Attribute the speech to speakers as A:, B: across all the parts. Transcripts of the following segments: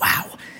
A: Wow,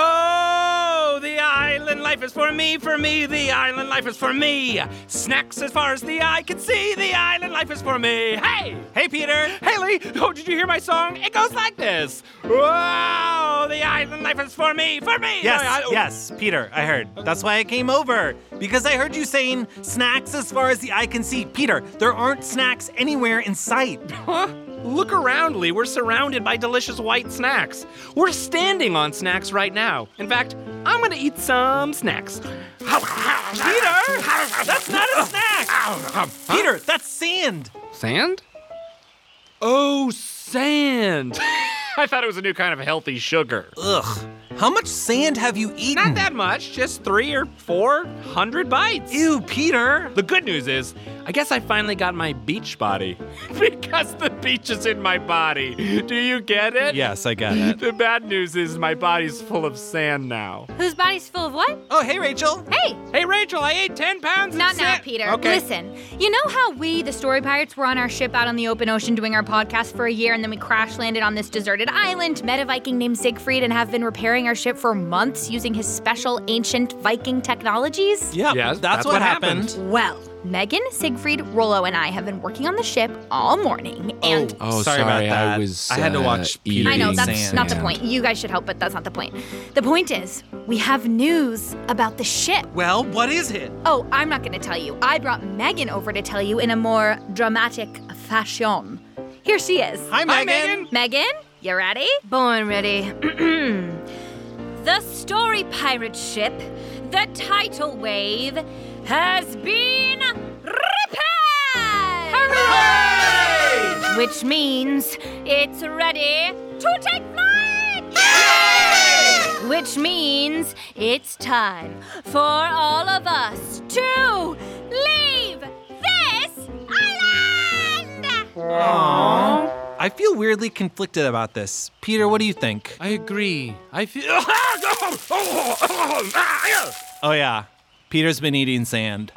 B: Oh, the island life is for me, for me, the island life is for me. Snacks as far as the eye can see, the island life is for me. Hey! Hey, Peter! Hey, Lee! Oh, did you hear my song? It goes like this. Whoa, the island life is for me, for me!
C: Yes,
B: I- oh. I-
C: yes, Peter, I heard. That's why I came over. Because I heard you saying snacks as far as the eye can see. Peter, there aren't snacks anywhere in sight.
B: Huh? Look around, Lee. We're surrounded by delicious white snacks. We're standing on snacks right now. In fact, I'm gonna eat some snacks. Peter, that's
C: not a snack! Peter, that's sand.
B: Sand? Oh, sand! I thought it was a new kind of healthy sugar.
C: Ugh. How much sand have you eaten?
B: Not that much, just three or four hundred bites.
C: Ew, Peter.
B: The good news is, I guess I finally got my beach body. because the beach is in my body. Do you get it?
C: Yes, I got it.
B: The bad news is my body's full of sand now.
D: Whose body's full of what?
C: Oh, hey, Rachel.
D: Hey,
B: Hey, Rachel, I ate 10 pounds of
D: not now,
B: sand.
D: Peter.
B: Okay.
D: Listen, you know how we, the story pirates, were on our ship out on the open ocean doing our podcast for a year, and then we crash landed on this deserted island, met a Viking named Siegfried, and have been repairing our ship for months using his special ancient Viking technologies?
C: Yeah,
B: Yes,
C: that's,
B: that's
C: what,
B: what
C: happened.
B: happened.
D: Well, Megan, Siegfried, Rollo, and I have been working on the ship all morning, and
E: Oh,
C: Sorry about that.
E: I was.
C: I had to
E: uh,
C: watch Peter
D: I know
E: eating
D: that's
C: sand.
D: not the point. You guys should help, but that's not the point. The point is, we have news about the ship.
C: Well, what is it?
D: Oh, I'm not going to tell you. I brought Megan over to tell you in a more dramatic fashion. Here she is.
C: Hi, Megan.
D: Megan, you ready? Born ready. the story pirate ship, the tidal wave, has been repaired! Hooray! Which means it's ready to take flight! Which means it's time for all of us to leave this island!
C: I feel weirdly conflicted about this. Peter, what do you think?
E: I agree. I feel.
C: Oh, yeah. Peter's been eating sand.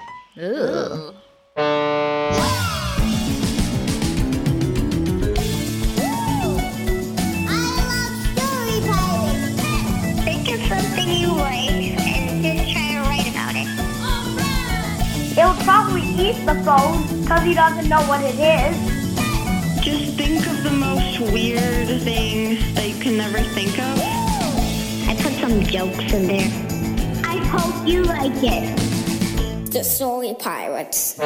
F: Think of something you like and just try to write about it. He'll probably eat the phone because he doesn't know what it is.
G: Just think of the most weird
F: Oh,
G: thing that you can never think of.
F: I put some jokes in there. I hope you like it.
E: The Story Pirates.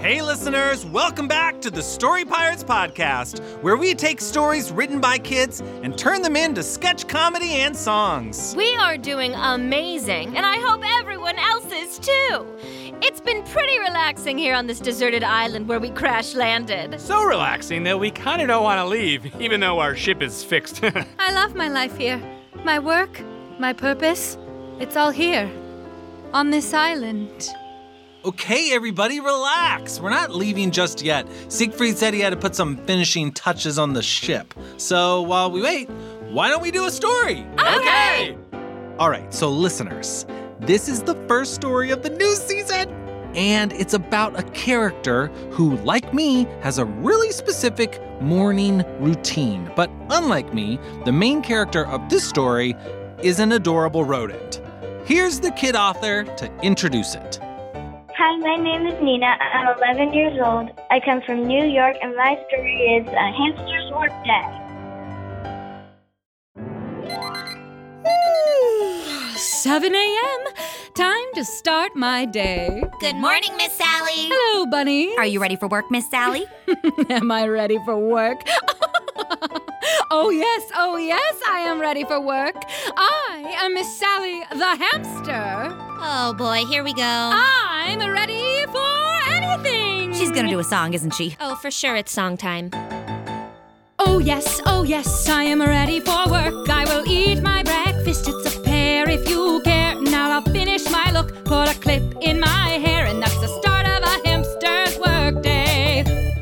C: Hey, listeners, welcome back to the Story Pirates Podcast, where we take stories written by kids and turn them into sketch comedy and songs.
D: We are doing amazing, and I hope everyone else is too. It's been pretty relaxing here on this deserted island where we crash landed.
B: So relaxing that we kind of don't want to leave, even though our ship is fixed.
D: I love my life here. My work, my purpose, it's all here. On this island.
C: Okay, everybody, relax. We're not leaving just yet. Siegfried said he had to put some finishing touches on the ship. So while we wait, why don't we do a story?
B: okay!
C: All right, so listeners, this is the first story of the new season. And it's about a character who, like me, has a really specific morning routine. But unlike me, the main character of this story is an adorable rodent. Here's the kid author to introduce it.
F: Hi, my name is Nina. I'm 11 years old. I come from New York, and my story is a hamster's work day.
H: Ooh, 7 a.m. Time to start my day.
D: Good morning, Miss Sally.
H: Hello, bunny.
I: Are you ready for work, Miss Sally?
H: Am I ready for work? oh, yes, oh, yes, I am ready for work. I am Miss Sally the hamster.
I: Oh boy, here we go.
H: I'm ready for anything.
I: She's gonna do a song, isn't she?
J: Oh, for sure it's song time.
H: Oh, yes, oh, yes, I am ready for work. I will eat my breakfast. It's a pear if you care. Now I'll finish my look, put a clip in my hair, and that's the start of a hamster's workday.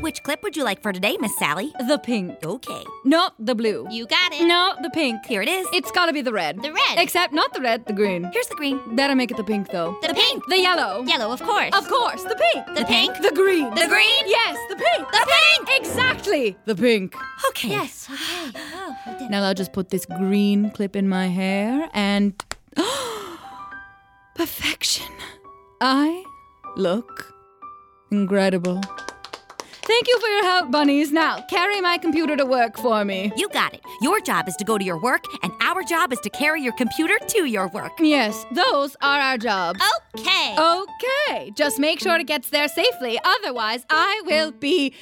I: Which clip would you like for today, Miss Sally?
H: The pink.
I: Okay.
H: Not the blue.
J: You got it.
H: No, the pink.
I: Here it is.
H: It's gotta be the red.
J: The red.
H: Except not the red, the green.
I: Here's the green.
H: Better make it the pink, though.
J: The pink.
H: The yellow.
J: Yellow, of course.
H: Of course, the pink.
J: The pink.
H: The green.
J: The green.
H: Yes, the pink. The pink. Exactly. The pink.
I: Okay.
J: Yes. Okay. Oh, I did.
H: Now I'll just put this green clip in my hair and. Perfection. I look incredible. Thank you for your help, bunnies. Now, carry my computer to work for me.
I: You got it. Your job is to go to your work, and our job is to carry your computer to your work.
H: Yes, those are our jobs.
J: Okay.
H: Okay, just make sure it gets there safely. Otherwise, I will be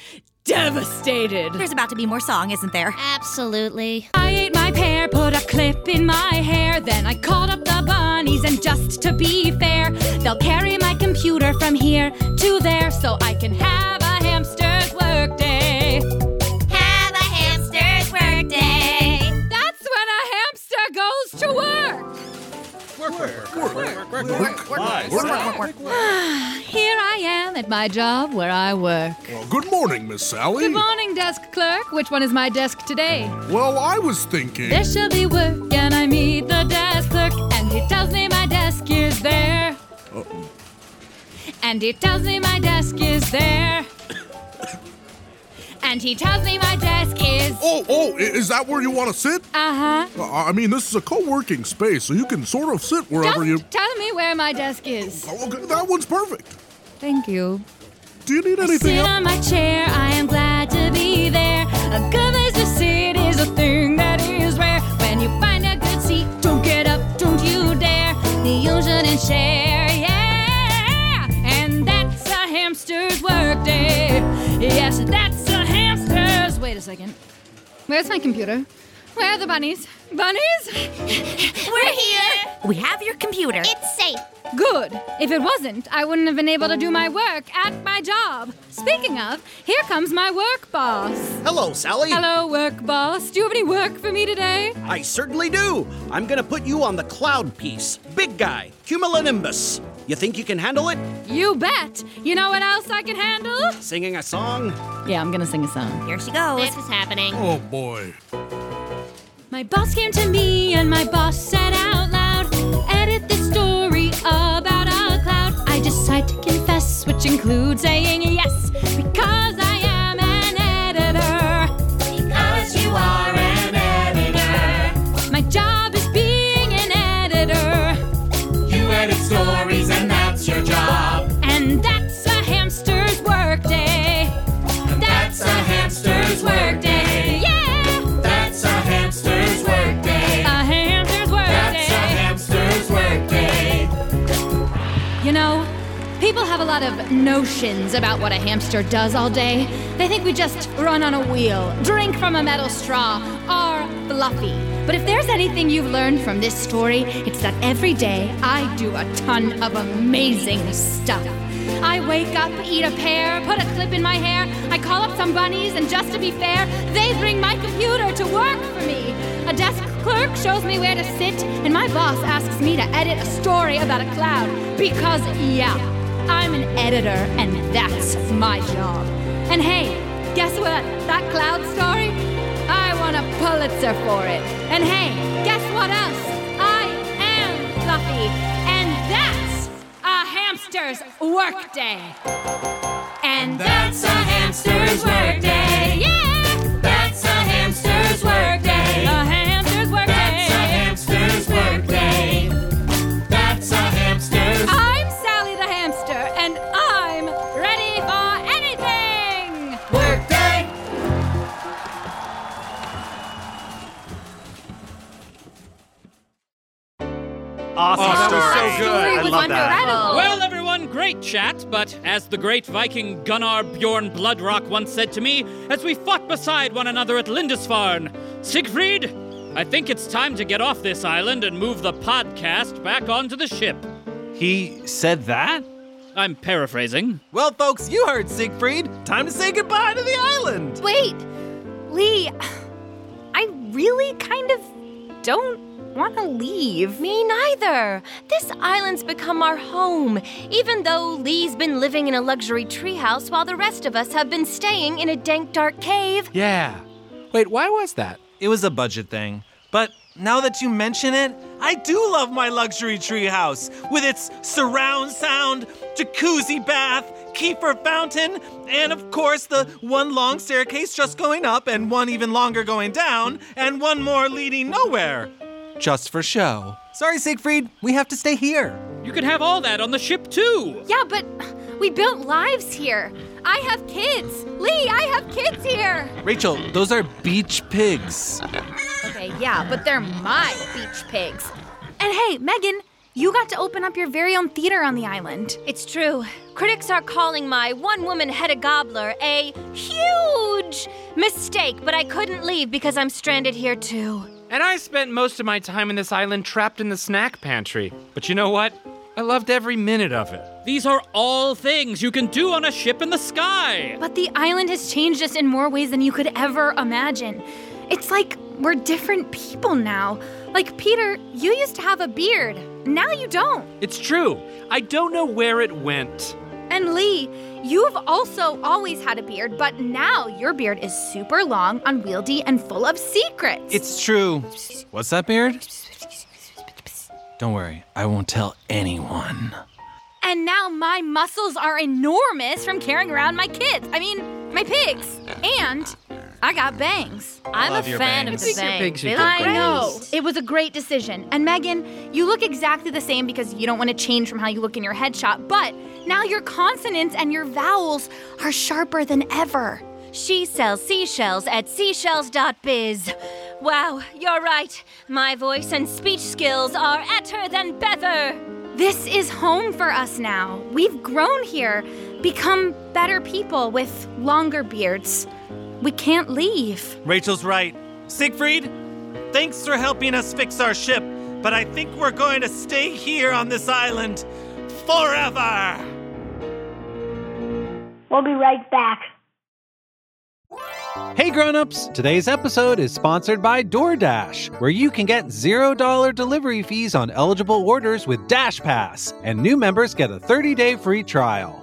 H: devastated.
I: There's about to be more song, isn't there?
J: Absolutely.
H: I ate my pear, put a clip in my hair, then I called up the bunnies, and just to be fair, they'll carry my computer from here to there so I can have a hamster's workday.
J: Have a hamster's workday.
H: That's when a hamster goes to work. Here I am at my job where I work.
K: Well, good morning, Miss Sally.
H: Good morning, desk clerk. Which one is my desk today?
K: Well, I was thinking.
H: There shall be work, and I meet the desk clerk, and he tells me my desk is there. And he tells me my desk is there. and he tells me my desk is.
K: Oh, oh, i- is that where you want to sit?
H: Uh huh.
K: Uh, I mean, this is a co-working space, so you can sort of sit wherever you.
H: Just tell me where my desk is.
K: Oh, okay, that one's perfect.
H: Thank you.
K: Do you need anything
H: Sit
K: else?
H: on my chair, I am glad to be there. A good place to sit is a thing that is rare. When you find a good seat, don't get up, don't you dare. The usual and share, yeah. And that's a hamster's workday. Yes, that's a hamster's. Wait a second. Where's my computer? Where are the bunnies? Bunnies?
J: We're here.
I: We have your computer.
J: It's safe.
H: Good. If it wasn't, I wouldn't have been able to do my work at my job. Speaking of, here comes my work boss.
L: Hello, Sally.
H: Hello, work boss. Do you have any work for me today?
L: I certainly do. I'm gonna put you on the cloud piece. Big guy, cumulonimbus. You think you can handle it?
H: You bet. You know what else I can handle?
L: Singing a song?
H: Yeah, I'm gonna sing a song.
I: Here she goes.
J: This is happening.
K: Oh boy.
H: My boss came to me and my boss said out loud, edit this story about a cloud. I decide to confess, which includes saying yes, because I am an editor. Because you are an editor. My job is being an editor. And that's a hamster's workday. That's a hamster's workday. Yeah. That's a hamster's workday. A hamster's workday. That's a have a lot of notions about what a hamster does all day. They think we just run on a wheel, drink from a metal straw, are fluffy. But if there's anything you've learned from this story, it's that every day I do a ton of amazing stuff. I wake up, eat a pear, put a clip in my hair, I call up some bunnies, and just to be fair, they bring my computer to work for me. A desk clerk shows me where to sit, and my boss asks me to edit a story about a cloud. Because, yeah, I'm an editor, and that's my job. And hey, guess what? That cloud story? I won a Pulitzer for it. And hey, guess what else? I am Fluffy, and that's a hamster's workday. And that's a hamster's workday. Yeah! That's a hamster's workday. A hamster's workday. That's a hamster's workday. That's a hamster's. I'm Sally the hamster, and I'm ready for anything. Workday.
M: Awesome.
N: Oh, that was
M: story.
N: so good.
M: Story
N: I
M: was
N: love that.
M: wonderful. Well, everyone, great chat. But as the great Viking Gunnar Bjorn Bloodrock once said to me, as we fought beside one another at Lindisfarne, Siegfried, I think it's time to get off this island and move the podcast back onto the ship.
C: He said that?
M: I'm paraphrasing.
C: Well, folks, you heard Siegfried. Time to say goodbye to the island.
D: Wait, Lee, I really kind of don't want to leave.
O: Me neither. This island's become our home, even though Lee's been living in a luxury treehouse while the rest of us have been staying in a dank, dark cave.
C: Yeah. Wait, why was that? It was a budget thing. But now that you mention it, I do love my luxury treehouse with its surround sound, jacuzzi bath, kefir fountain, and of course the one long staircase just going up and one even longer going down, and one more leading nowhere. Just for show. Sorry, Siegfried, we have to stay here.
M: You can have all that on the ship, too.
D: Yeah, but we built lives here. I have kids. Lee, I have kids here.
C: Rachel, those are beach pigs.
D: Okay, yeah, but they're my beach pigs. And hey, Megan, you got to open up your very own theater on the island.
O: It's true. Critics are calling my one woman head a gobbler a huge mistake, but I couldn't leave because I'm stranded here too.
N: And I spent most of my time in this island trapped in the snack pantry. But you know what? I loved every minute of it.
M: These are all things you can do on a ship in the sky.
D: But the island has changed us in more ways than you could ever imagine. It's like we're different people now. Like, Peter, you used to have a beard. Now you don't.
N: It's true. I don't know where it went.
D: And Lee, you've also always had a beard, but now your beard is super long, unwieldy, and full of secrets.
C: It's true. What's that beard? Don't worry, I won't tell anyone.
D: And now my muscles are enormous from carrying around my kids. I mean, my pigs. And I got bangs.
O: I'm a fan of the bangs. They look
D: I
O: great.
D: know. It was a great decision. And Megan, you look exactly the same because you don't want to change from how you look in your headshot, but now your consonants and your vowels are sharper than ever.
O: She sells seashells at seashells.biz. Wow, you're right. My voice and speech skills are better than better.
D: This is home for us now. We've grown here, become better people with longer beards. We can't leave.
P: Rachel's right. Siegfried, thanks for helping us fix our ship, but I think we're going to stay here on this island forever.
F: We'll be right back.
C: Hey grown-ups, today's episode is sponsored by DoorDash, where you can get $0 delivery fees on eligible orders with Dash Pass, and new members get a 30-day free trial.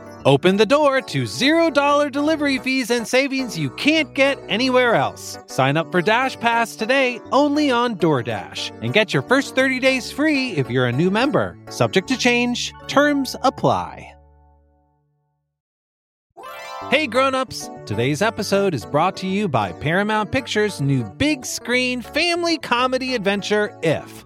C: Open the door to $0 delivery fees and savings you can't get anywhere else. Sign up for Dash Pass today only on DoorDash and get your first 30 days free if you're a new member. Subject to change, terms apply. Hey grown-ups, today's episode is brought to you by Paramount Pictures' new big screen family comedy adventure If.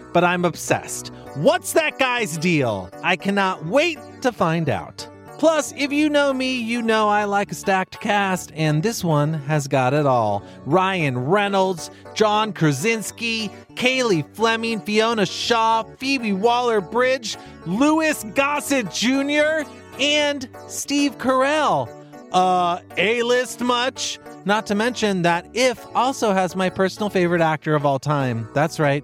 C: but I'm obsessed. What's that guy's deal? I cannot wait to find out. Plus, if you know me, you know I like a stacked cast, and this one has got it all. Ryan Reynolds, John Krasinski, Kaylee Fleming, Fiona Shaw, Phoebe Waller Bridge, Louis Gossett Jr., and Steve Carell. Uh, A list much? Not to mention that If also has my personal favorite actor of all time. That's right,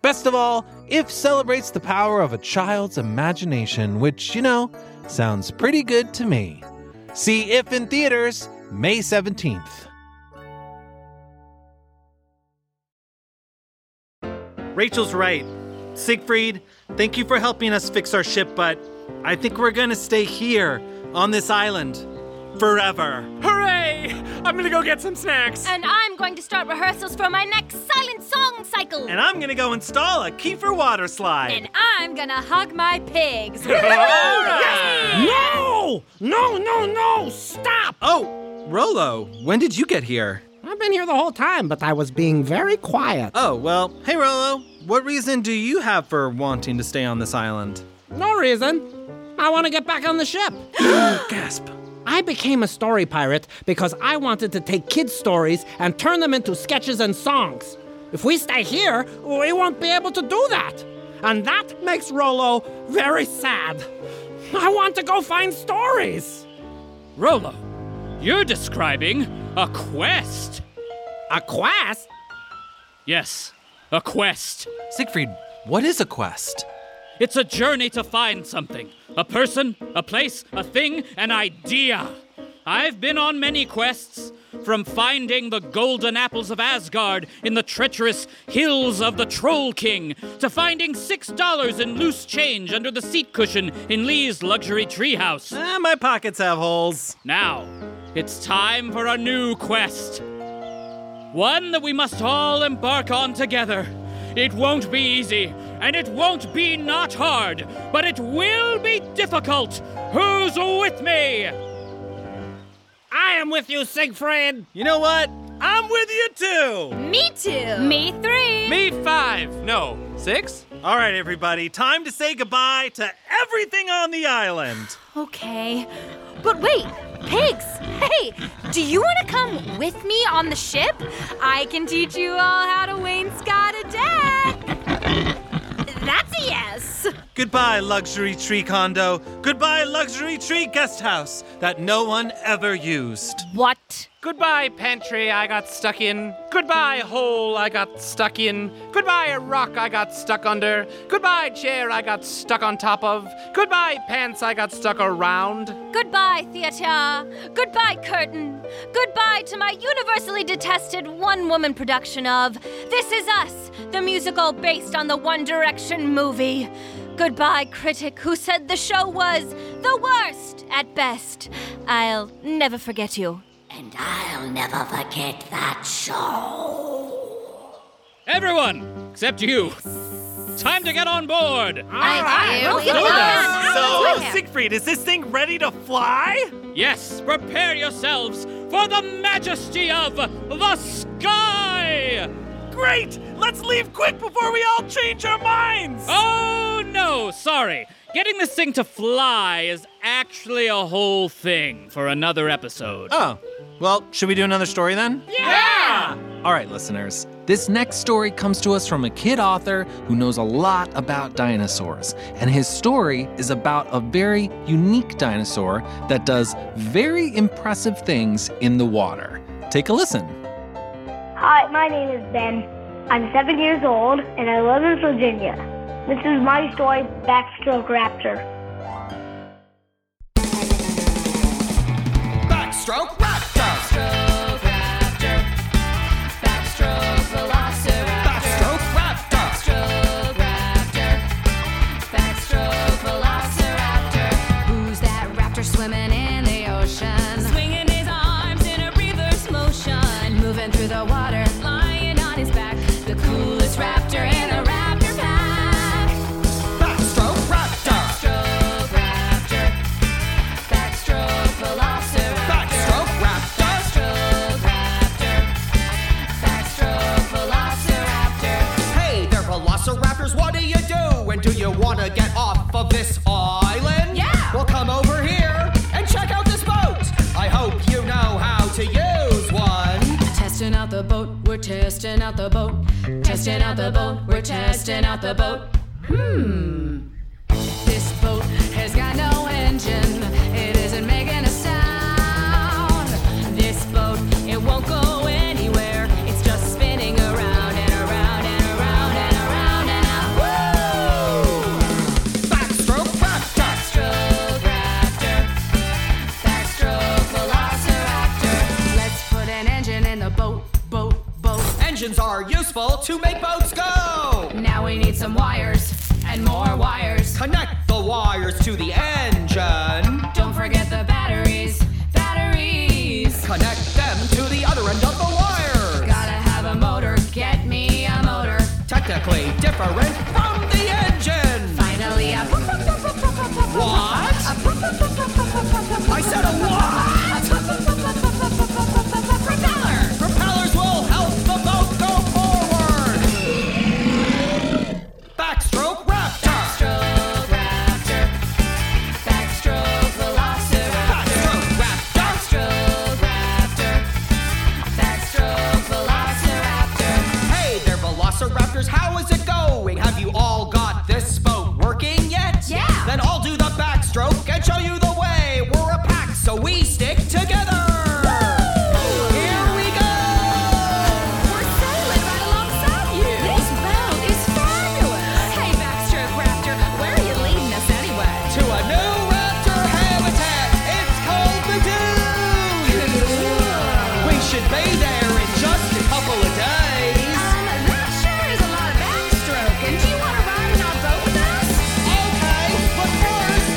C: Best of all, IF celebrates the power of a child's imagination, which, you know, sounds pretty good to me. See IF in theaters May 17th.
P: Rachel's right. Siegfried, thank you for helping us fix our ship, but I think we're gonna stay here on this island forever.
B: Hooray! I'm gonna go get some snacks.
O: And I'm going to start rehearsals for my next silent song cycle.
P: And I'm gonna go install a Kiefer water slide.
O: And I'm gonna hug my pigs.
L: No! No, no, no! Stop! Oh, Rolo, when did you get here?
Q: I've been here the whole time, but I was being very quiet.
L: Oh, well, hey, Rolo. What reason do you have for wanting to stay on this island?
Q: No reason. I want to get back on the ship.
L: Gasp.
Q: I became a story pirate because I wanted to take kids' stories and turn them into sketches and songs. If we stay here, we won't be able to do that. And that makes Rolo very sad. I want to go find stories.
M: Rolo, you're describing a quest.
Q: A quest?
M: Yes, a quest.
C: Siegfried, what is a quest?
M: It's a journey to find something a person, a place, a thing, an idea. I've been on many quests, from finding the golden apples of Asgard in the treacherous hills of the Troll King, to finding $6 in loose change under the seat cushion in Lee's luxury treehouse.
P: Ah, my pockets have holes.
M: Now, it's time for a new quest. One that we must all embark on together. It won't be easy, and it won't be not hard, but it will be difficult. Who's with me?
Q: I am with you, Siegfried.
P: You know what? I'm with you too.
O: Me too.
J: Me three.
N: Me five. No, six?
P: All right, everybody, time to say goodbye to everything on the island.
O: Okay. But wait, pigs! Hey, do you want to come with me on the ship? I can teach you all how to wainscot a deck. That's a yes.
P: Goodbye, luxury tree condo. Goodbye, luxury tree guest house that no one ever used.
O: What?
N: Goodbye, pantry I got stuck in. Goodbye, hole I got stuck in. Goodbye, a rock I got stuck under. Goodbye, chair I got stuck on top of. Goodbye, pants I got stuck around.
O: Goodbye, theater. Goodbye, curtain. Goodbye to my universally detested one woman production of This Is Us, the musical based on the One Direction movie. Goodbye, critic who said the show was the worst at best. I'll never forget you.
J: And I'll never forget that show.
M: Everyone, except you. Time to get on board.
J: I
P: Let's
J: do.
P: do
J: Yeah.
P: this.
J: Let's do
P: So,
J: it.
P: Siegfried, is this thing ready to fly?
M: Yes, prepare yourselves for the majesty of the sky!
P: Great! Let's leave quick before we all change our minds!
M: Oh no, sorry. Getting this thing to fly is actually a whole thing for another episode.
C: Oh, well, should we do another story then?
M: Yeah!
C: All right, listeners. This next story comes to us from a kid author who knows a lot about dinosaurs. And his story is about a very unique dinosaur that does very impressive things in the water. Take a listen.
F: Hi, my name is Ben. I'm seven years old and I live in Virginia. This is my story, Backstroke Raptor.
J: Backstroke Raptor. Backstroke Raptor. Backstroke Velociraptor. Backstroke Raptor. Backstroke Raptor. Backstroke Velociraptor. Who's that raptor swimming in the ocean? Swinging his arms in a reverse motion. Moving through the water, lying on his back. The coolest raptor in a raptor pack. Backstroke Raptor. Backstroke Raptor. Backstroke Velociraptor. Backstroke Raptor. Backstroke Raptor. Backstroke Velociraptor.
R: Hey there, velociraptors, what do you do? And do you want to get off of this island?
J: Yeah!
R: Well, come over here and check out this boat! I hope you know how to use one.
J: Testing out the boat, we're testing out the boat. Testing out the boat, we're testing out the boat. Hmm. This boat has got no engine, it isn't making a sound. This boat, it won't go anywhere, it's just spinning around and around and around and around and out. Woo! Backstroke Raptor! Backstroke Raptor! Backstroke Velociraptor! Let's put an engine in the boat, boat, boat.
R: Engines are useful to make boats go!
J: Now we need some wires and more wires.
R: Connect the wires to the engine.
J: Don't forget the batteries, batteries.
R: Connect them to the other end of the wires.
J: Gotta have a motor, get me a motor.
R: Technically different from the engine.
J: Finally, a
R: What? I said a what? Propeller. Propellers will help the boat go forward. Backstroke raptor.
J: Backstroke raptor. Backstroke velociraptor. Backstroke raptor. Backstroke velociraptor.
R: Hey there, velociraptors. How is it going? Have you all got this boat working yet?
J: Yeah.
R: Then I'll do the backstroke and show you the way. We're a pack, so we stick together. Here we go.
J: We're sailing right alongside you. This boat is fabulous. Hey, Backstroke Raptor, where are you leading us anyway?
R: to a new raptor habitat. It's called the Dune. we should be there in just a couple of days.
J: Um, that sure is a lot of backstroke. And do you want to ride in our boat with us?
R: Okay, but first.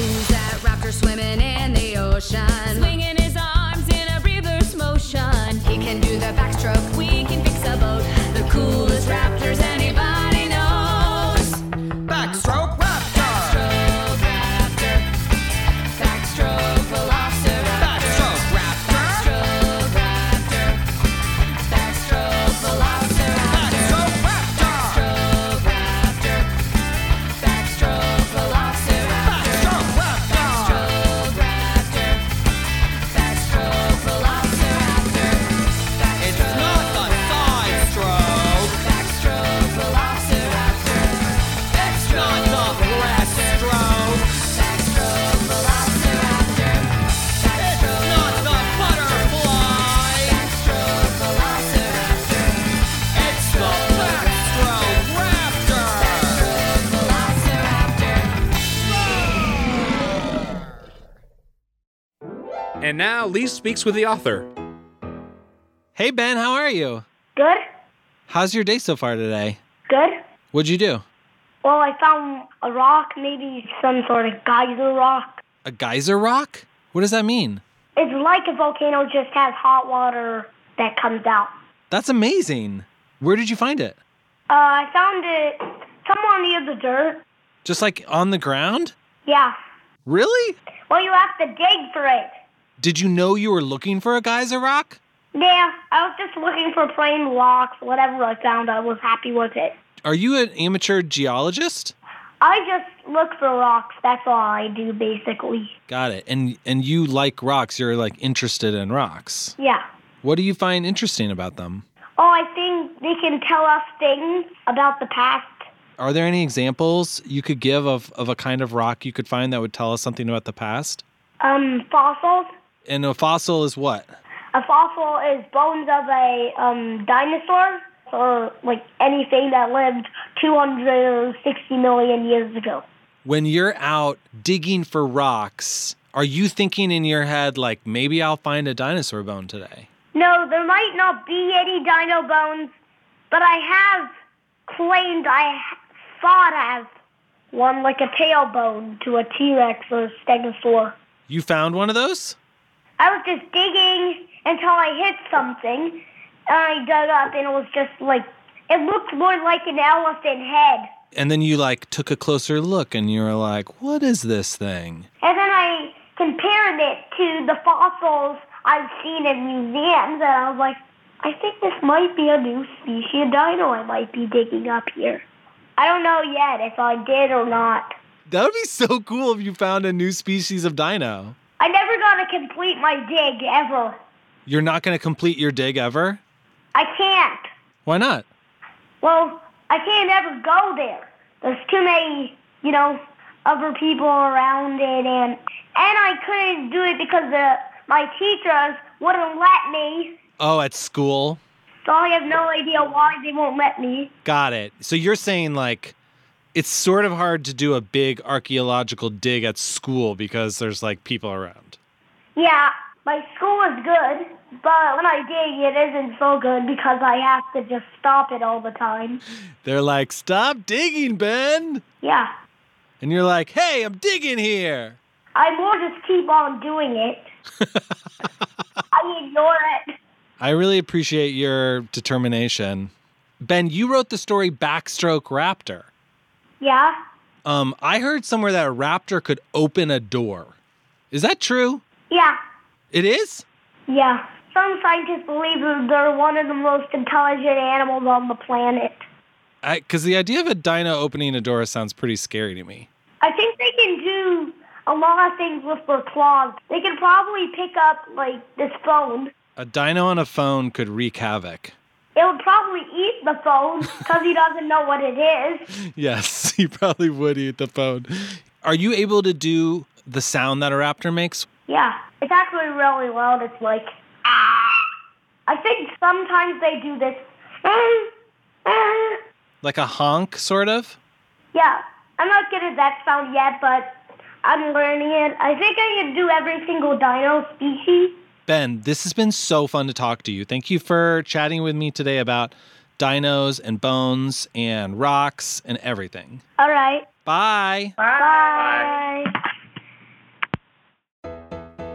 J: Who's that raptor swimming in the ocean? Swinging his arms in a reverse motion. He can do the backstroke. We can fix a boat. The coolest raptors anybody knows.
R: Backstroke raptor.
J: Backstroke raptor. Backstroke velociraptor.
R: Backstroke raptor.
J: Backstroke raptor. Backstroke velociraptor.
R: Backstroke raptor.
J: Backstroke raptor. Backstroke velociraptor. Backstroke
R: Backstroke raptor.
J: raptor. Backstroke velociraptor.
R: It's not the side stroke.
J: Backstroke velociraptor.
R: It's not the breast stroke.
J: Backstroke velociraptor.
R: It's not the butterfly.
J: Backstroke velociraptor.
R: It's the backstroke raptor.
J: Velociraptor.
N: And now Lee speaks with the author.
C: Hey, Ben, how are you?
F: Good?
C: How's your day so far today?
F: Good?
C: What'd you do?
F: Well, I found a rock, maybe some sort of geyser rock.
C: A geyser rock? What does that mean?
F: It's like a volcano just has hot water that comes out.
C: That's amazing. Where did you find it?
F: Uh, I found it somewhere near the dirt.
C: Just like on the ground?
F: Yeah.
C: Really?
F: Well, you have to dig for it.
C: Did you know you were looking for a geyser rock?
F: Yeah, I was just looking for plain rocks. Whatever I found, I was happy with it.
C: Are you an amateur geologist?
F: I just look for rocks. That's all I do, basically.
C: Got it. And and you like rocks. You're like interested in rocks.
F: Yeah.
C: What do you find interesting about them?
F: Oh, I think they can tell us things about the past.
C: Are there any examples you could give of, of a kind of rock you could find that would tell us something about the past?
F: Um, fossils.
C: And a fossil is what?
F: A fossil is bones of a um, dinosaur or like anything that lived 260 million years ago.
C: When you're out digging for rocks, are you thinking in your head, like, maybe I'll find a dinosaur bone today?
F: No, there might not be any dino bones, but I have claimed I thought I have one, like a tailbone to a T Rex or a stegosaur.
C: You found one of those?
F: I was just digging until I hit something, and I dug up, and it was just like it looked more like an elephant head.
C: And then you like took a closer look and you were like, what is this thing?
F: And then I compared it to the fossils I've seen in museums, and I was like, I think this might be a new species of dino I might be digging up here. I don't know yet if I did or not.
C: That would be so cool if you found a new species of dino.
F: I never got to complete my dig ever.
C: You're not going to complete your dig ever?
F: I can't.
C: Why not?
F: Well, I can't ever go there. There's too many, you know, other people around it, and and I couldn't do it because the my teachers wouldn't let me.
C: Oh, at school?
F: So I have no idea why they won't let me.
C: Got it. So you're saying like it's sort of hard to do a big archaeological dig at school because there's like people around.
F: Yeah, my school is good, but when I dig, it isn't so good because I have to just stop it all the time.
C: They're like, "Stop digging, Ben."
F: Yeah.
C: And you're like, "Hey, I'm digging here."
F: I more just keep on doing it. I ignore it.
C: I really appreciate your determination. Ben, you wrote the story Backstroke Raptor.
F: Yeah.
C: Um, I heard somewhere that a raptor could open a door. Is that true?
F: Yeah.
C: It is?
F: Yeah. Some scientists believe that they're one of the most intelligent animals on the planet.
C: Because the idea of a dino opening a door sounds pretty scary to me.
F: I think they can do a lot of things with their claws. They can probably pick up, like, this phone.
C: A dino on a phone could wreak havoc.
F: It would probably eat the phone because he doesn't know what it is.
C: Yes, he probably would eat the phone. Are you able to do the sound that a raptor makes?
F: Yeah, it's actually really loud. It's like, ah. I think sometimes they do this. "Ah, ah."
C: Like a honk, sort of?
F: Yeah, I'm not good at that sound yet, but I'm learning it. I think I can do every single dino species.
C: Ben, this has been so fun to talk to you. Thank you for chatting with me today about dinos and bones and rocks and everything.
F: All right.
C: Bye.
F: Bye.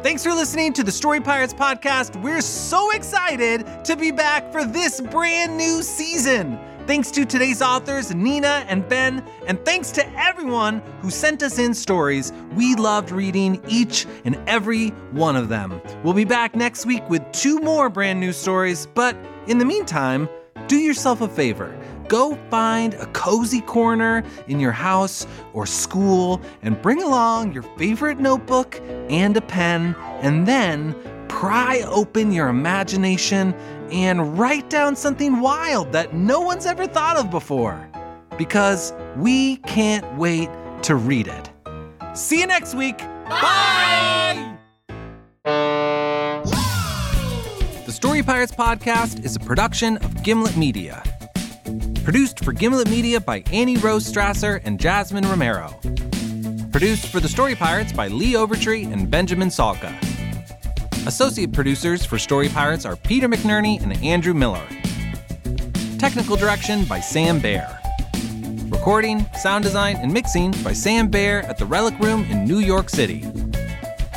C: Thanks for listening to the Story Pirates podcast. We're so excited to be back for this brand new season. Thanks to today's authors, Nina and Ben, and thanks to everyone who sent us in stories. We loved reading each and every one of them. We'll be back next week with two more brand new stories, but in the meantime, do yourself a favor. Go find a cozy corner in your house or school and bring along your favorite notebook and a pen, and then pry open your imagination and write down something wild that no one's ever thought of before. Because we can't wait to read it. See you next week. Bye! The Story Pirates Podcast is a production of Gimlet Media. Produced for Gimlet Media by Annie Rose Strasser and Jasmine Romero. Produced for The Story Pirates by Lee Overtree and Benjamin Salka. Associate producers for Story Pirates are Peter McNerney and Andrew Miller. Technical direction by Sam Baer. Recording, sound design, and mixing by Sam Baer at the Relic Room in New York City.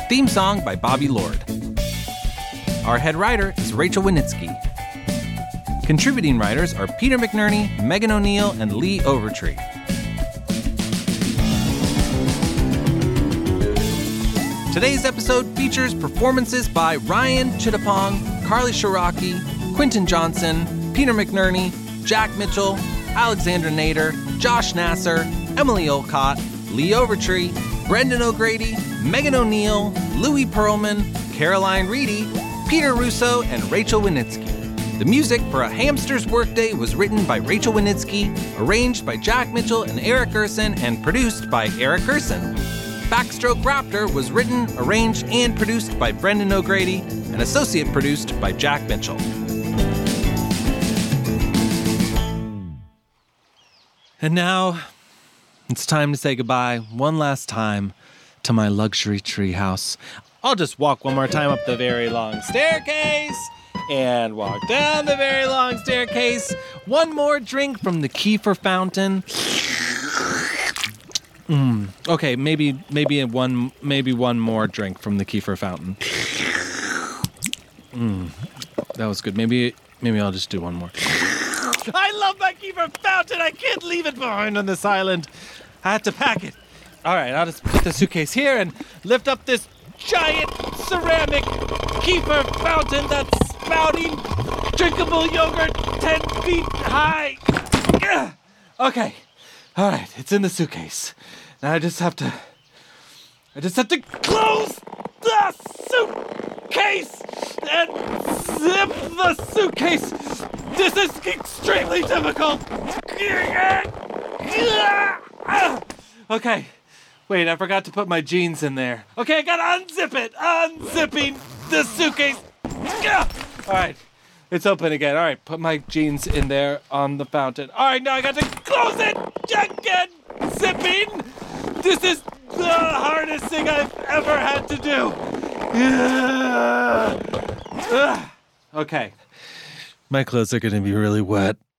C: Theme song by Bobby Lord. Our head writer is Rachel Winitsky. Contributing writers are Peter McNerney, Megan O'Neill, and Lee Overtree. Today's episode features performances by Ryan Chittapong, Carly Shiraki, Quinton Johnson, Peter McNerney, Jack Mitchell, Alexandra Nader, Josh Nasser, Emily Olcott, Lee Overtree, Brendan O'Grady, Megan O'Neill, Louis Perlman, Caroline Reedy, Peter Russo, and Rachel Winitsky. The music for A Hamster's Workday was written by Rachel Winitsky, arranged by Jack Mitchell and Eric Gerson, and produced by Eric Gerson. Backstroke Raptor was written, arranged, and produced by Brendan O'Grady and associate produced by Jack Mitchell. And now it's time to say goodbye one last time to my luxury treehouse. I'll just walk one more time up the very long staircase and walk down the very long staircase. One more drink from the Kiefer fountain. Mm. Okay, maybe maybe a one maybe one more drink from the kefir fountain. Mm. That was good. Maybe maybe I'll just do one more.
P: I love my Kiefer fountain. I can't leave it behind on this island. I have to pack it.
C: All right, I'll just put the suitcase here and lift up this giant ceramic
P: Kiefer fountain that's spouting drinkable yogurt ten feet high. Ugh.
C: Okay. All right, it's in the suitcase. Now I just have to. I just have to close the suitcase and zip the suitcase. This is extremely difficult. Okay, wait, I forgot to put my jeans in there. Okay, I gotta unzip it. Unzipping the suitcase. All right, it's open again. All right, put my jeans in there on the fountain. All right, now I got to close it again. Zipping. This is the hardest thing I've ever had to do. Ugh. Ugh. Okay. My clothes are gonna be really wet.